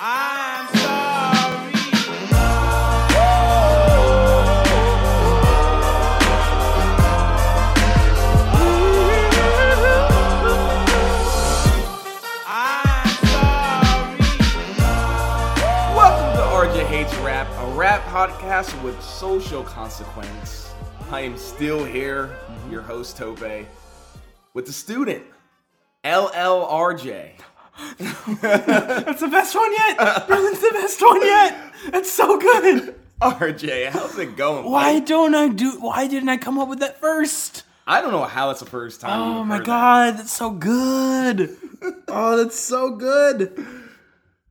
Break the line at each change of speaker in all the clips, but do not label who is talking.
I'm sorry. I'm sorry. Welcome to RJ Hates Rap, a rap podcast with social consequence. I am still here, your host Tope, with the student LLRJ.
That's the best one yet. That's the best one yet. That's so good.
RJ, how's it going?
Why
buddy?
don't I do? Why didn't I come up with that first?
I don't know how that's the first time.
Oh
you've
my
heard
god, that's so good. Oh, that's so good.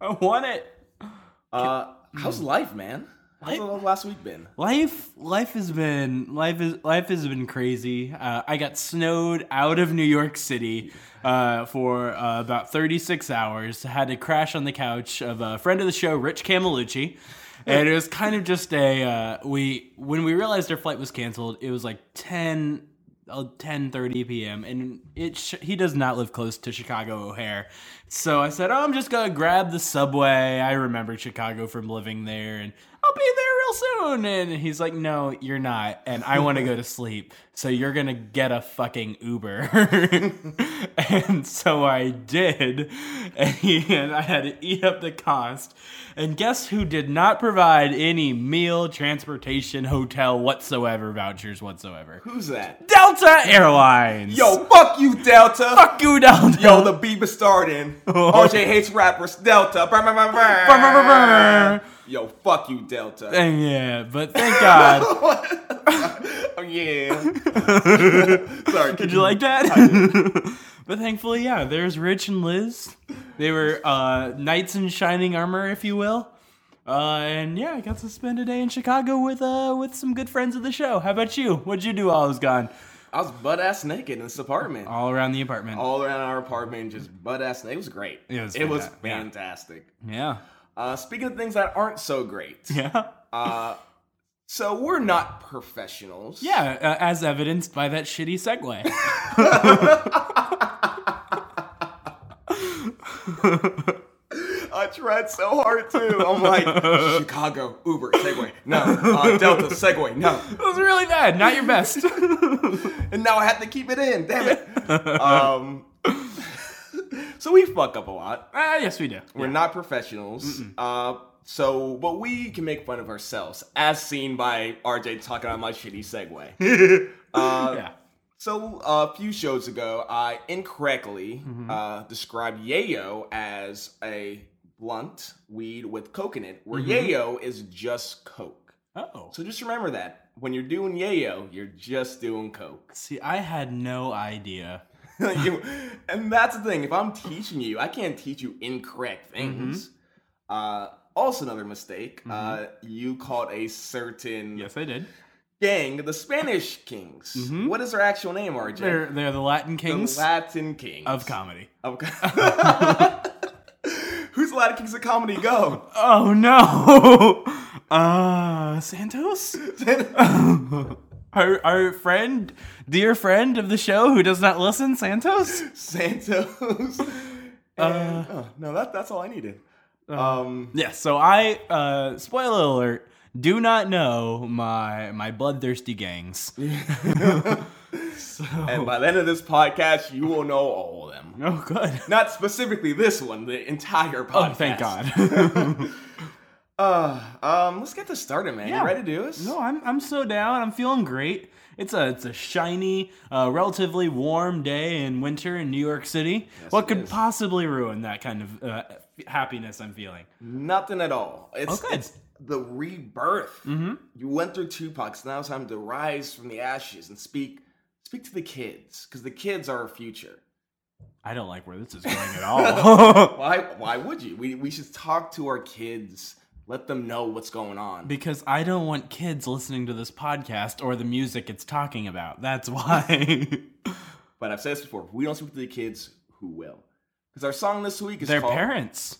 I want it.
that. Uh, how's life, man? How's
Life-
the last week been?
Life, life has been life is life has been crazy. Uh, I got snowed out of New York City uh, for uh, about thirty six hours. Had to crash on the couch of a friend of the show, Rich Camelucci, and it was kind of just a uh, we when we realized our flight was canceled. It was like 10, uh, 10.30 p.m. and it sh- he does not live close to Chicago O'Hare. So I said, "Oh, I'm just gonna grab the subway. I remember Chicago from living there, and I'll be there real soon." And he's like, "No, you're not, and I want to go to sleep. So you're gonna get a fucking Uber." and so I did, and I had to eat up the cost. And guess who did not provide any meal, transportation, hotel whatsoever, vouchers whatsoever?
Who's that?
Delta Airlines.
Yo, fuck you, Delta.
fuck you, Delta.
Yo, the beat was starting.
Oh.
RJ hates rappers. Delta. Brr, brr, brr, brr. Yo, fuck you, Delta.
And yeah, but thank God.
Oh yeah. Sorry.
Did you like that? but thankfully, yeah, there's Rich and Liz. They were uh, knights in shining armor, if you will. Uh, and yeah, I got to spend a day in Chicago with uh, with some good friends of the show. How about you? What'd you do while I was gone?
I was butt ass naked in this apartment.
All around the apartment.
All around our apartment, just butt ass naked. It was great.
It was fanta- yeah.
fantastic.
Yeah.
Uh, speaking of things that aren't so great.
Yeah.
Uh, so we're not professionals.
Yeah, uh, as evidenced by that shitty segue.
I tried so hard too. I'm like Chicago Uber Segway. No, uh, Delta Segway. No,
It was really bad. Not your best.
and now I have to keep it in. Damn it. Um, so we fuck up a lot.
Ah, yes, we do.
We're not professionals. Uh, so, but we can make fun of ourselves, as seen by RJ talking on my shitty Segway.
yeah.
so, uh, a few shows ago, I incorrectly
Mm-hmm.
uh, described yayo as a blunt weed with coke in it,
Mm-hmm.
where yayo is just coke.
Oh.
So just remember that when you're doing yayo, you're just doing coke.
See, I had no idea.
You- and that's the thing. If I'm teaching you, I can't teach you incorrect things.
Mm-hmm.
Uh, also, another mistake. Uh, you called a certain
I did.
gang the Spanish Kings.
Mhm.
What is their actual name, RJ?
They're they're the Latin
the
kings
Latin Kings
of comedy.
Of com- Who's the Latin Kings of comedy? Go.
Oh no. Uh Santos? our our friend, dear friend of the show who does not listen, Santos? Uh,
Santos. And- oh, no, that, that's all I needed.
uh,
um,
Yeah, so I uh spoiler alert, do not know my my bloodthirsty gangs.
And by the end of this podcast, you will know all of them.
Oh good.
Not specifically this one, the entire podcast.
Oh, thank God.
Uh, um, let's get this started, man.
Yeah.
You ready to do this?
No, I'm I'm so down. I'm feeling great. It's a it's a shiny, uh, relatively warm day in winter in New York City. what
it
could
is.
possibly ruin that kind of uh, happiness I'm feeling?
Nothing at all. It's,
Oh, good. Mm-hmm.
it's the rebirth. You went through Tupac's. Now it's time to rise from the ashes and speak speak to the kids, because the kids are our future.
I don't like where this is going at all.
Why? Why would you? We we should talk to our kids Let them know what's going on.
Because I don't want kids listening to this podcast or the music it's talking about. That's why.
But I've said this before: if we don't speak to the kids, who will? Because our song this week is
Their
called,
parents.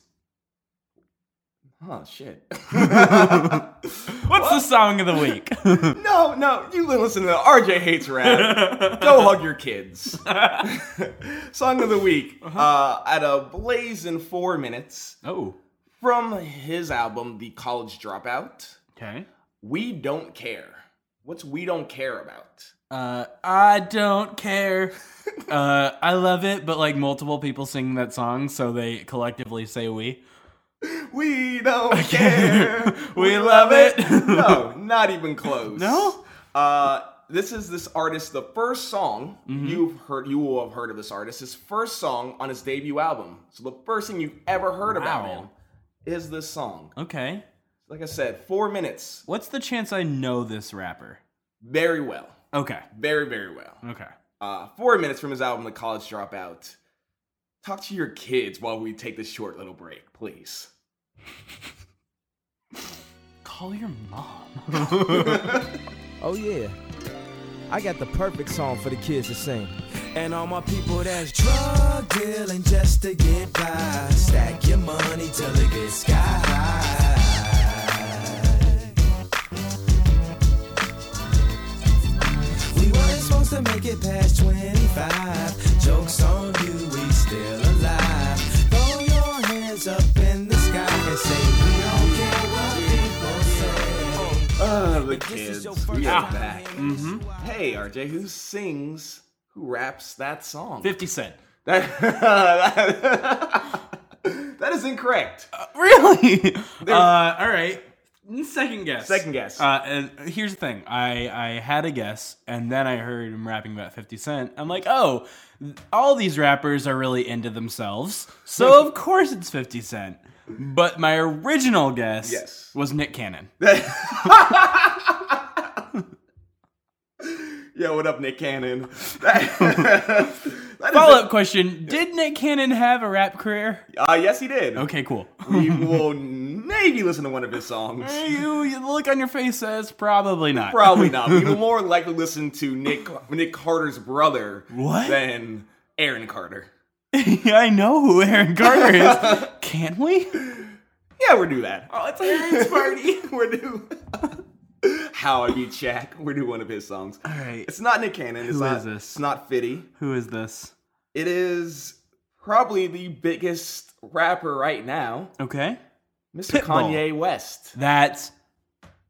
Oh shit!
What's the song of the week?
no, no, you listen to RJ hates rap. Go hug your kids. song of the week
Uh-huh.
uh, at a blazing four minutes
oh.
from his album, The College Dropout.
Okay.
We don't care. What's we don't care about?
Uh, I don't care. uh, I love it, but like multiple people sing that song, so they collectively say we.
We don't care.
We love it.
no, not even close.
No?
Uh, this is this artist. The first song
Mm-hmm.
you've heard, you will have heard of this artist. His first song on his debut album. So the first thing you've ever heard about
Wow.
him is this song.
Okay.
Like I said, four minutes.
What's the chance I know this rapper?
Very well.
Okay.
Very very well.
Okay.
Uh, four minutes from his album, The College Dropout. Talk to your kids while we take this short little break, please.
Call your mom.
Oh yeah. I got the perfect song for the kids to sing. And all my people that's drug dealing just to get by. Stack your money till it gets sky high. We weren't supposed to make it past 25. Jokes on you, we still alive. Throw your hands up in the sky and say we don't care what people say.
Oh, the kids. We
Yeah.
are
Ah.
back.
Mm-hmm.
Hey, RJ, who sings, who raps that song?
50 Cent.
That, that is incorrect.
Really? Uh, all right. Second guess.
Second guess.
Uh, and here's the thing. I, I had a guess, and then I heard him rapping about 50 Cent. I'm like, oh, th- all these rappers are really into themselves. So, of course, it's 50 Cent. But my original guess
Yes.
was Nick Cannon.
Yo, what up, Nick Cannon? That- that is
Follow up question Did Nick Cannon have a rap career?
Uh, yes, he did.
Okay, cool.
We will maybe listen to one of his songs.
you, you look on your face says probably not.
Probably not. We will more likely listen to Nick Nick Carter's brother
What?
than Aaron Carter.
I know who Aaron Carter is. Can we?
Yeah, we're do that. Oh, it's Aaron's party. we're do. How I beat Shaq. We're do one of his songs.
All right.
It's not Nick Cannon. It's
Who
not,
is this?
It's not Fitty.
Who is this?
It is probably the biggest rapper right now,
Okay.
Mr.
Pitbull.
Kanye West.
That's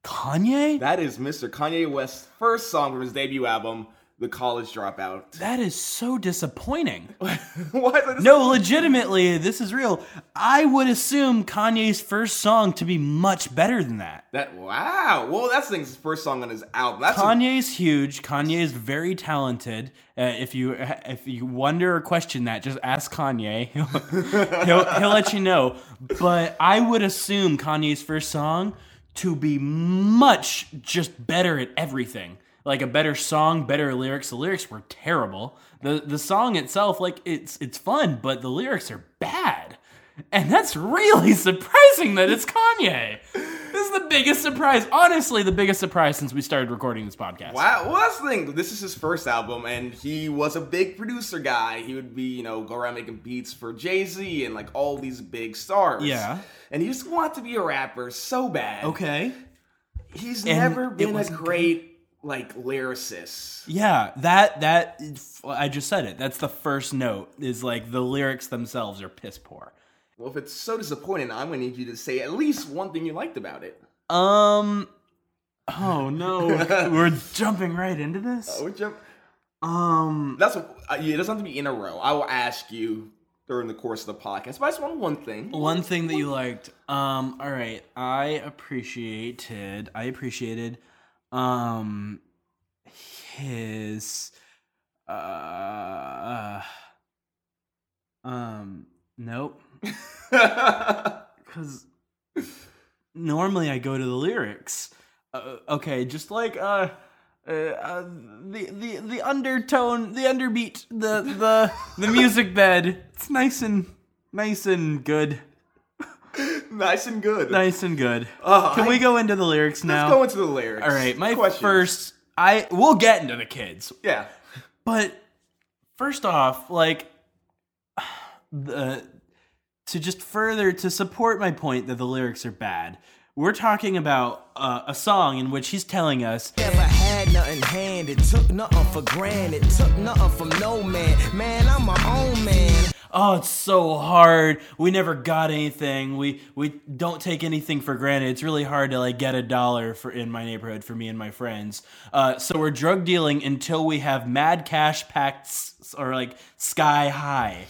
Kanye?
That is Mr. Kanye West's first song from his debut album, The College Dropout.
that is so disappointing.
Why is that?
No, legitimately, this is real. I would assume Kanye's first song to be much better than that.
That wow. Well, that's the thing's first song on his album. That's a-
Kanye's huge. Kanye's very talented. Uh, if you if you wonder or question that, just ask Kanye. he'll, he'll he'll let you know. But I would assume Kanye's first song to be much just better at everything. Like a better song, better lyrics. The lyrics were terrible. the The song itself, like it's it's fun, but the lyrics are bad. And that's really surprising that it's Kanye. This is the biggest surprise. Honestly, the biggest surprise since we started recording this podcast.
Wow, well that's the thing. This is his first album, and he was a big producer guy. He would be, you know, go around making beats for Jay Z and like all these big stars.
Yeah.
and he just wanted to be a rapper so bad.
Okay.
he's
And
never
it
been a
wasn't
great like lyricist.
Yeah, that that I just said it. That's the first note is like the lyrics themselves are piss poor.
Well, if it's so disappointing, I'm gonna need you to say at least one thing you liked about it.
Um Oh no. We're jumping right into this.
Which I'm-
Um
that's what, uh, yeah, it doesn't have to be in a row. I will ask you during the course of the podcast, but I just want one thing.
one thing that you liked. Um all right, I appreciated I appreciated um his uh um nope. because normally I go to the lyrics. Uh, okay, just like uh, uh, uh, the the the undertone, the underbeat, the the the music bed. It's nice and nice and good.
nice and good.
Nice and good.
Oh,
Can
I-
we go into the lyrics now?
Let's go into the lyrics.
All right, my
Questions.
first. I we'll get into the kids,
Yeah.
but first off, like the to just further to support my point that the lyrics are bad. We're talking about uh, a song in which he's telling us
Never had nothing handed, took nothing for granted, took nothing from no man. Man, I'm my own man.
oh it's so hard we never got anything we we don't take anything for granted it's really hard to like get a dollar for in my neighborhood for me and my friends uh, so we're drug dealing until we have mad cash packs or like sky high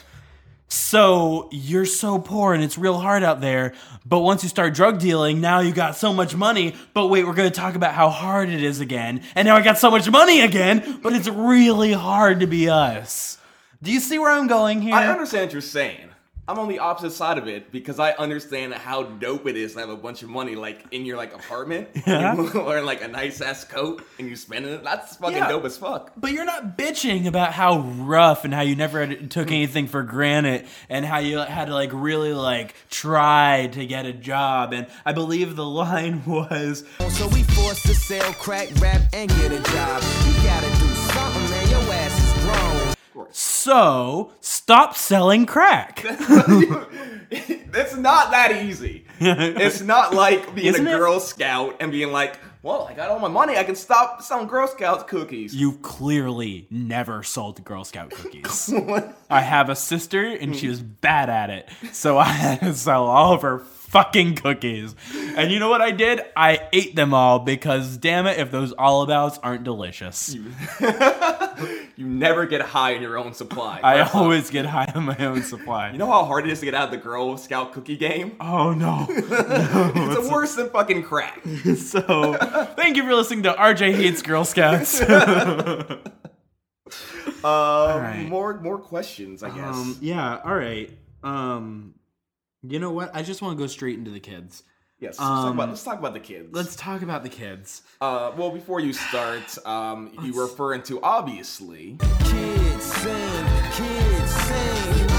so you're so poor and it's real hard out there but once you start drug dealing now you got so much money but wait we're going to talk about how hard it is again and now i got so much money again but it's really hard to be us do you see where i'm going here
I understand what you're saying. I'm on the opposite side of it because I understand how dope it is to have a bunch of money like in your like apartment
Yeah.
and you wearing like a nice ass coat and you spending it. That's fucking
Yeah.
dope as fuck.
But you're not bitching about how rough and how you never had, took anything for granted and how you had to like really like try to get a job. And I believe the line was,
So we forced to sell crack, rap, and get a job. You gotta do something, man. Your ass is grown.
"So stop selling crack."
it's not that easy. it's not like being
Isn't
a
it?
Girl Scout and being like, well, I got all my money. I can stop selling Girl Scout cookies.
You clearly never sold Girl Scout cookies. I have a sister and she was bad at it, so I had to sell all of her fucking cookies. And you know what I did? I ate them all because damn it, if those all abouts aren't delicious.
you never get high in your own supply.
I
That's-
always get high on my own supply.
you know how hard it is to get out of the Girl Scout cookie game?
oh no. Oh,
it's worse than fucking crack.
so, thank you for listening to RJ Hates Girl Scouts.
Uh,
right.
More more questions, I guess.
um, yeah, all right. Um, you know what? I just want to go straight into the kids.
yes. Let's, talk
um,
about, let's talk about the kids.
Let's talk about the kids.
Uh, well, before you start, um, you were referring to obviously.
Kids sing, kids sing.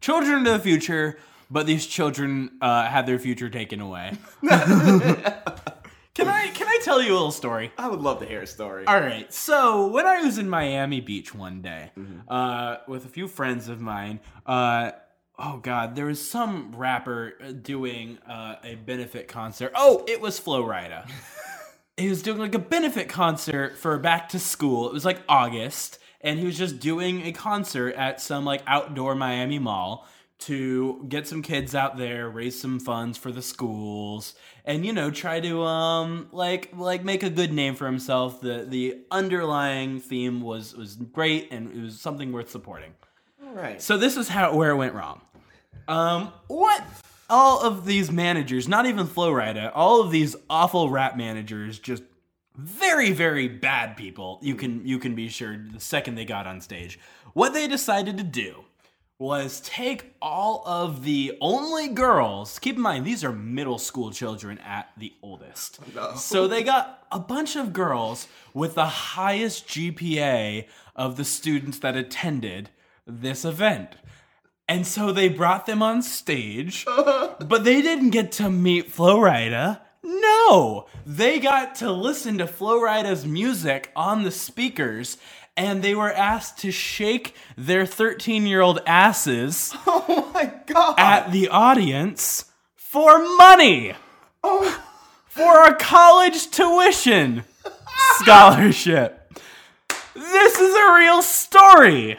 Children of the future, but these children uh, had their future taken away. can I can I tell you a little story?
I would love to hear a story.
All right. So when I was in Miami Beach one day uh, with a few friends of mine, uh, oh god, there was some rapper uh, doing uh, a benefit concert. Oh, it was Flo Rida. he was doing like a benefit concert for back to school. It was like August, and he was just doing a concert at some like outdoor Miami mall to get some kids out there, raise some funds for the schools, and you know, try to um like like make a good name for himself. The the underlying theme was was great and it was something worth supporting.
All right.
So this is how where it went wrong. Um, what all of these managers, not even Flow Rida, all of these awful rap managers, just very very bad people. You can you can be sure the second they got on stage, what they decided to do was take all of the only girls. Keep in mind these are middle school children at the oldest. So they got a bunch of girls with the highest GPA of the students that attended this event. And so they brought them on stage, but they didn't get to meet Flo Rida. No, they got to listen to Flo Rida's music on the speakers, and they were asked to shake their 13 year old asses
oh my god.
at the audience for money
Oh.
for a college tuition scholarship. This is a real story.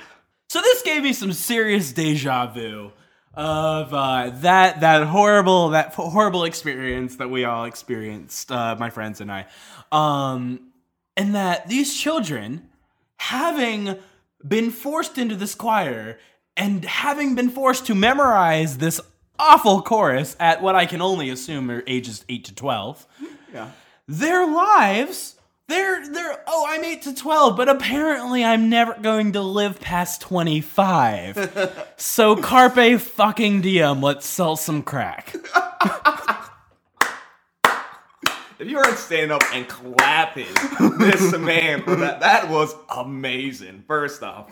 So this gave me some serious deja vu of uh, that that horrible that horrible experience that we all experienced, uh, my friends and I, um, and that these children having been forced into this choir and having been forced to memorize this awful chorus at what I can only assume are ages 8 to 12,
Yeah.
their lives, they're, they're, oh, I'm 8 to 12, but apparently I'm never going to live past 25. so carpe fucking diem, let's sell some crack.
If you weren't standing up and clapping, this man, that, that was amazing. First off,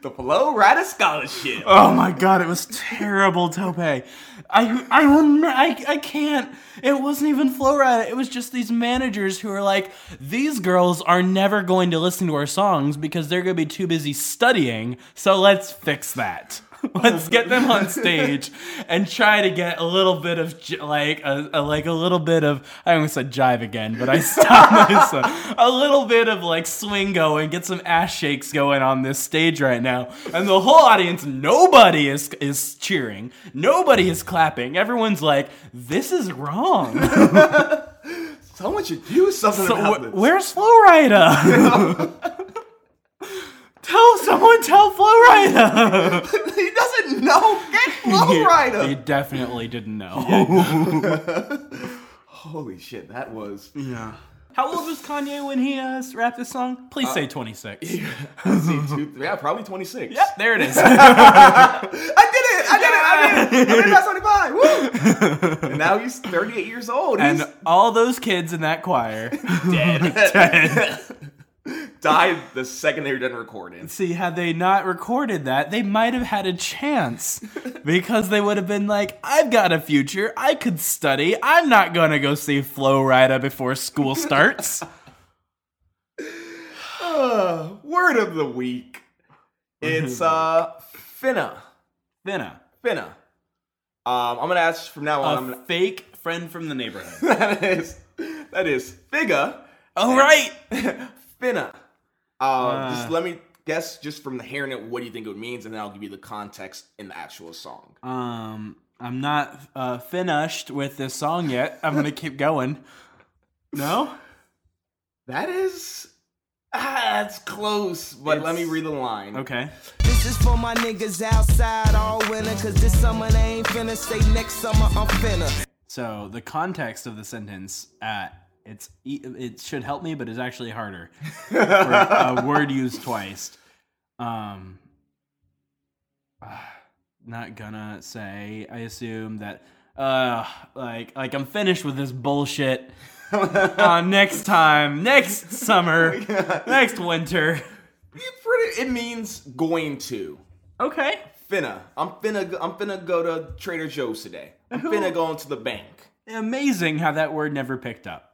The Flow Rider Scholarship.
Oh my god, it was terrible, Tope. I I remember I, I can't. It wasn't even Florida. It was just these managers who were like, these girls are never going to listen to our songs because they're going to be too busy studying. So let's fix that. Let's get them on stage and try to get a little bit of j- like a, a- like a little bit of I almost said jive again, but I stopped myself. A little bit of like swing going, get some ass shakes going on this stage right now, and the whole audience, nobody is is cheering, nobody is clapping. Everyone's like, "This is wrong."
Someone should do something
So
about
wh-
this.
where's Flowrider? tell someone, tell Flowrider.
he doesn't know. Get Flow
He
Rider.
definitely didn't know.
Holy shit, that was.
How old was Kanye when he uh, rapped this song? Please say 26.
let's see, two- yeah, probably 26.
Mm-hmm. Yep, there it is.
I did it! I did it! I did it! I did it by 25! Woo! And now he's 38 years old. He's
and all those kids in that choir.
died the second they were done recording.
See, had they not recorded that, they might have had a chance because they would have been like, I've got a future. I could study. I'm not going to go see Flo Rida before school starts.
Uh, word of the week. It's uh Finna.
Finna,
Finna. Um, I'm gonna ask from now
a
on. I'm gonna,
fake friend from the neighborhood.
that is that is Figa.
All right.
Finna. Uh, just let me guess just from the hearing it what do you think it means, and then I'll give you the context in the actual song.
Um, I'm not uh, finished with this song yet. I'm going to keep going. No?
That is ah, that's close, but let me read the line.
Okay.
This is for my niggas outside all winter, cause this summer they ain't finna stay next summer I'm finna.
So the context of the sentence, uh, it's e- it should help me, but it's actually harder. For a word used twice. Um, ah, not gonna say. I assume that. Uh, like like I'm finished with this bullshit. uh, next time, next summer, next winter.
It's pretty- it means going to.
Okay.
Finna. I'm finna. go- I'm finna go to Trader Joe's today. I'm finna go into the bank.
Amazing how that word never picked up.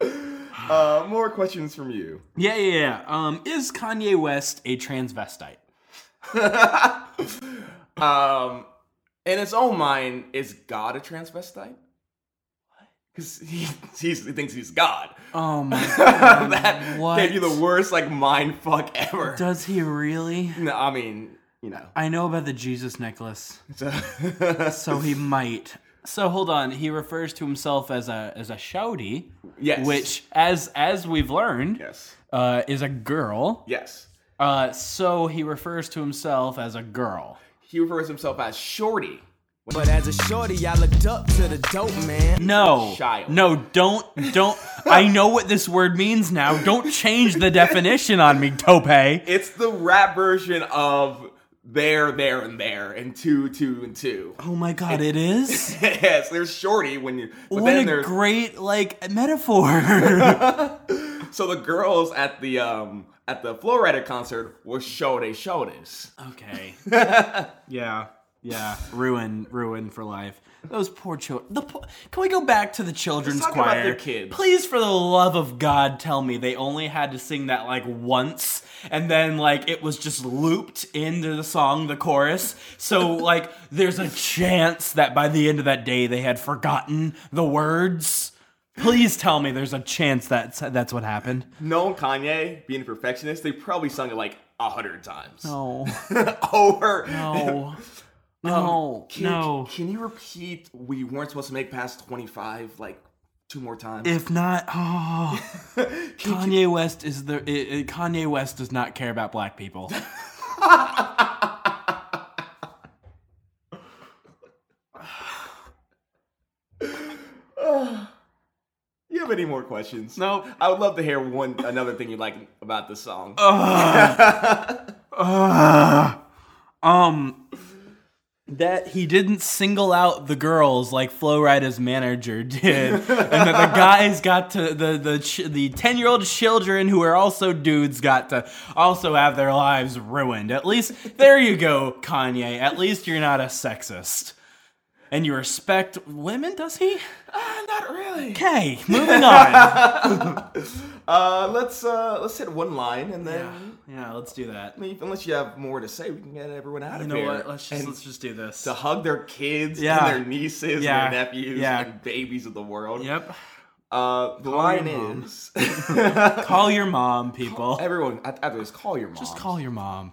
Uh, more questions from you.
Yeah, yeah, yeah. Um, is Kanye West a transvestite?
Um, in its own mind, is God a transvestite? Because he, he's, he thinks he's God.
Oh my
that
what?
gave you the worst like mind fuck ever.
Does he really?
No, I mean, you know.
I know about the Jesus necklace,
It's a-
so he might. So hold on, he refers to himself as a as a shouty,
yes.
which as as we've learned,
Yes.
uh, is a girl.
Yes.
Uh, so he refers to himself as a girl.
He refers himself as Shorty.
But as a shorty, I looked up to the dope man.
No,
Child.
no, don't, don't. I know what this word means now. Don't change the definition on me, Tope.
It's the rap version of there, there, and there, and two, two, and two.
Oh my God, it is.
yes, there's shorty when you. But
what
then
a
there's
great like metaphor.
so the girls at the um at the Flowrider concert were shorty shorties.
okay. yeah. Yeah. Ruin. Ruin for life. Those poor children. The po- Can we go back to the children's
Let's talk about
choir?
the kids.
Please, for the love of God, tell me they only had to sing that like once, and then like it was just looped into the song, the chorus. So like, there's a chance that by the end of that day they had forgotten the words. Please tell me there's a chance that's that's what happened.
Knowing Kanye being a perfectionist, they probably sung it like a hundred times
No.
over. Um,
No. Um, No.
Can, Can you repeat? We weren't supposed to make past twenty five. Like two more times.
If not, oh, Kanye West is the i i Kanye West does not care about black people.
you have any more questions?
Nope.
I would love to hear one another thing you like about the song.
Uh, um, that he didn't single out the girls like Flo Rida's manager did, and that the guys got to the the ch- the ten year old children who are also dudes got to also have their lives ruined. At least there you go, Kanye. At least you're not a sexist, and you respect women. Does he?
Not really.
Okay, moving on.
Uh, let's uh, let's hit one line and then.
yeah, let's do that.
I mean, Unless you have more to say, we can get everyone out
You
of
know
here.
what? Let's just
and
let's just do this.
to hug their kids
Yeah.
and their nieces
Yeah.
and their nephews
Yeah.
and babies of the world.
Yep.
Uh, the line is
Call your mom, people.
everyone. I, I just call your mom.
Just call your mom.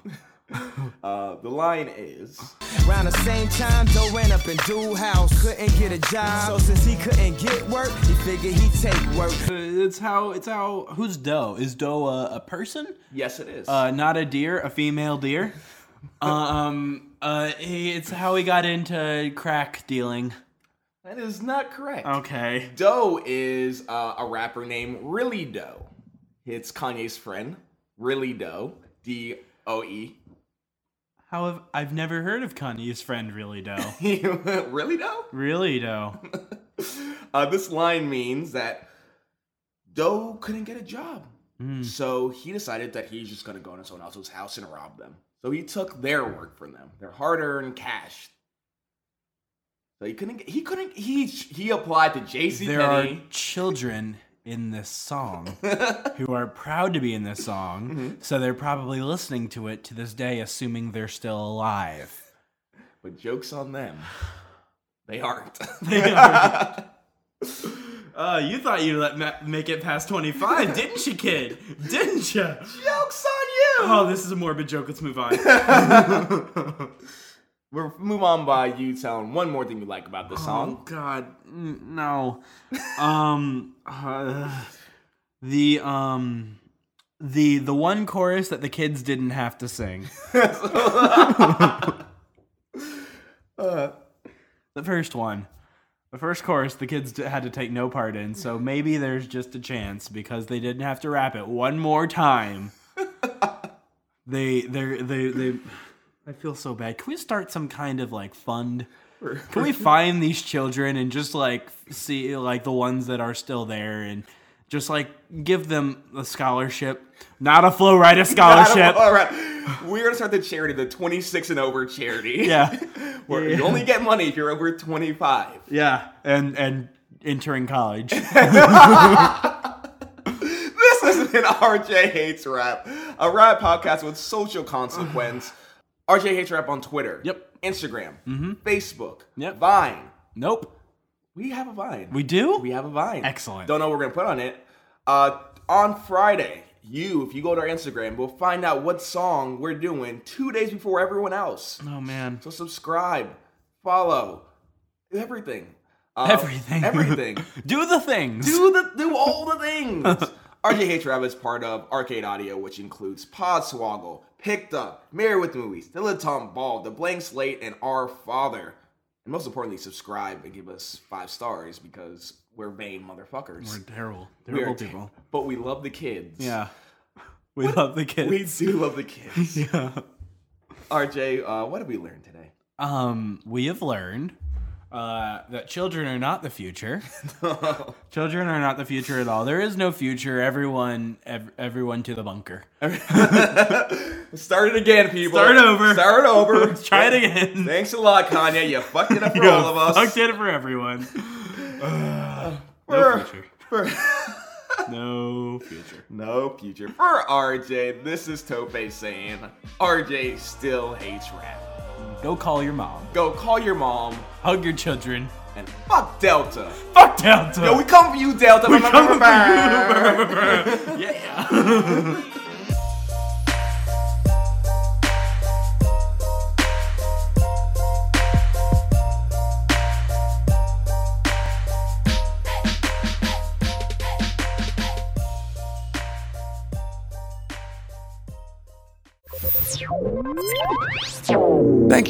Uh, the line is
Around the same time, Joe ran up in Dude House, couldn't get a job. So since he couldn't get work, he figured he'd take work.
It's how it's how who's doe? Is doe a, a person?
yes, it is.
Uh, not a deer, a female deer. um, uh, he- it's how he got into crack dealing.
that is not correct.
Okay.
Doe is uh, a rapper named Really Doe. It's Kanye's friend, Really Doe. D O E.
How have I've never heard of Kanye's friend really doe.
Really Doe.
really doe.
Uh, this line means that Doe couldn't get a job.
Hmm.
So he decided that he's just going to go into someone else's house and rob them. So he took their work from them, their hard-earned cash. So he couldn't. Get, he couldn't. He he applied to J.C.
There are
Penney.
children in this song who Mm-hmm. are proud to be in this song, so they're probably listening to it to this day, assuming they're still alive.
But jokes on them. They aren't.
Uh, you thought you let ma- make it past 25, didn't you, kid? Didn't you?
jokes on you.
Oh, this is a morbid joke. Let's move on.
We'll move on by you telling one more thing you like about this
Oh
song.
God, N- no. Um, uh, the um, the the one chorus that the kids didn't have to sing. the first one, the first chorus, the kids d- had to take no part in. So maybe there's just a chance because they didn't have to rap it one more time. they they they they. I feel so bad. Can we start some kind of like fund? Can we find these children and just like see like the ones that are still there and just like give them a scholarship, not a flow rider scholarship.
All right, we're gonna start the charity, the 26 and over charity.
yeah,
Where you only get money if you're over 25.
yeah, and and entering college.
This is an RJ Hates Rap, a rap podcast with social consequence. RJ Hates Rap on Twitter.
Yep. Mm-hmm.
Instagram. Facebook.
Yep.
Vine.
nope,
We have a Vine.
we do.
We have a Vine.
Excellent.
Don't know what we're gonna put on it. Uh, on Friday, you, if you go to our Instagram, we'll find out what song we're doing two days before everyone else.
oh man,
So subscribe, follow, everything. Uh,
everything,
Everything.
do the things.
do the do all the things. RJH Rap is part of Arcade Audio, which includes Podswoggle, Picked Up, Married with Movies, Dilettante Ball, The Blank Slate, and Our Father. And most importantly, subscribe and give us five stars because we're vain motherfuckers.
We're terrible,
We are
terrible
ta-
people.
But we love the kids.
Yeah, we love the kids.
We do love the kids. RJ, uh, what did we learn today?
Um, we have learned uh, that children are not the future. Children are not the future at all. There is no future. Everyone, ev- everyone to the bunker.
Start it again, people.
Start over.
Start over.
Try it again.
Thanks a lot, Kanye. You fucked it up for all of us.
Fucked it for everyone.
We're-
No future. no future.
No future for RJ. This is Tope saying RJ still hates rap.
Go call your mom.
Go call your mom
Hug your children.
and fuck Delta.
Fuck Delta.
Yo, we come for you, Delta. We
come
for you.
yeah.
Thank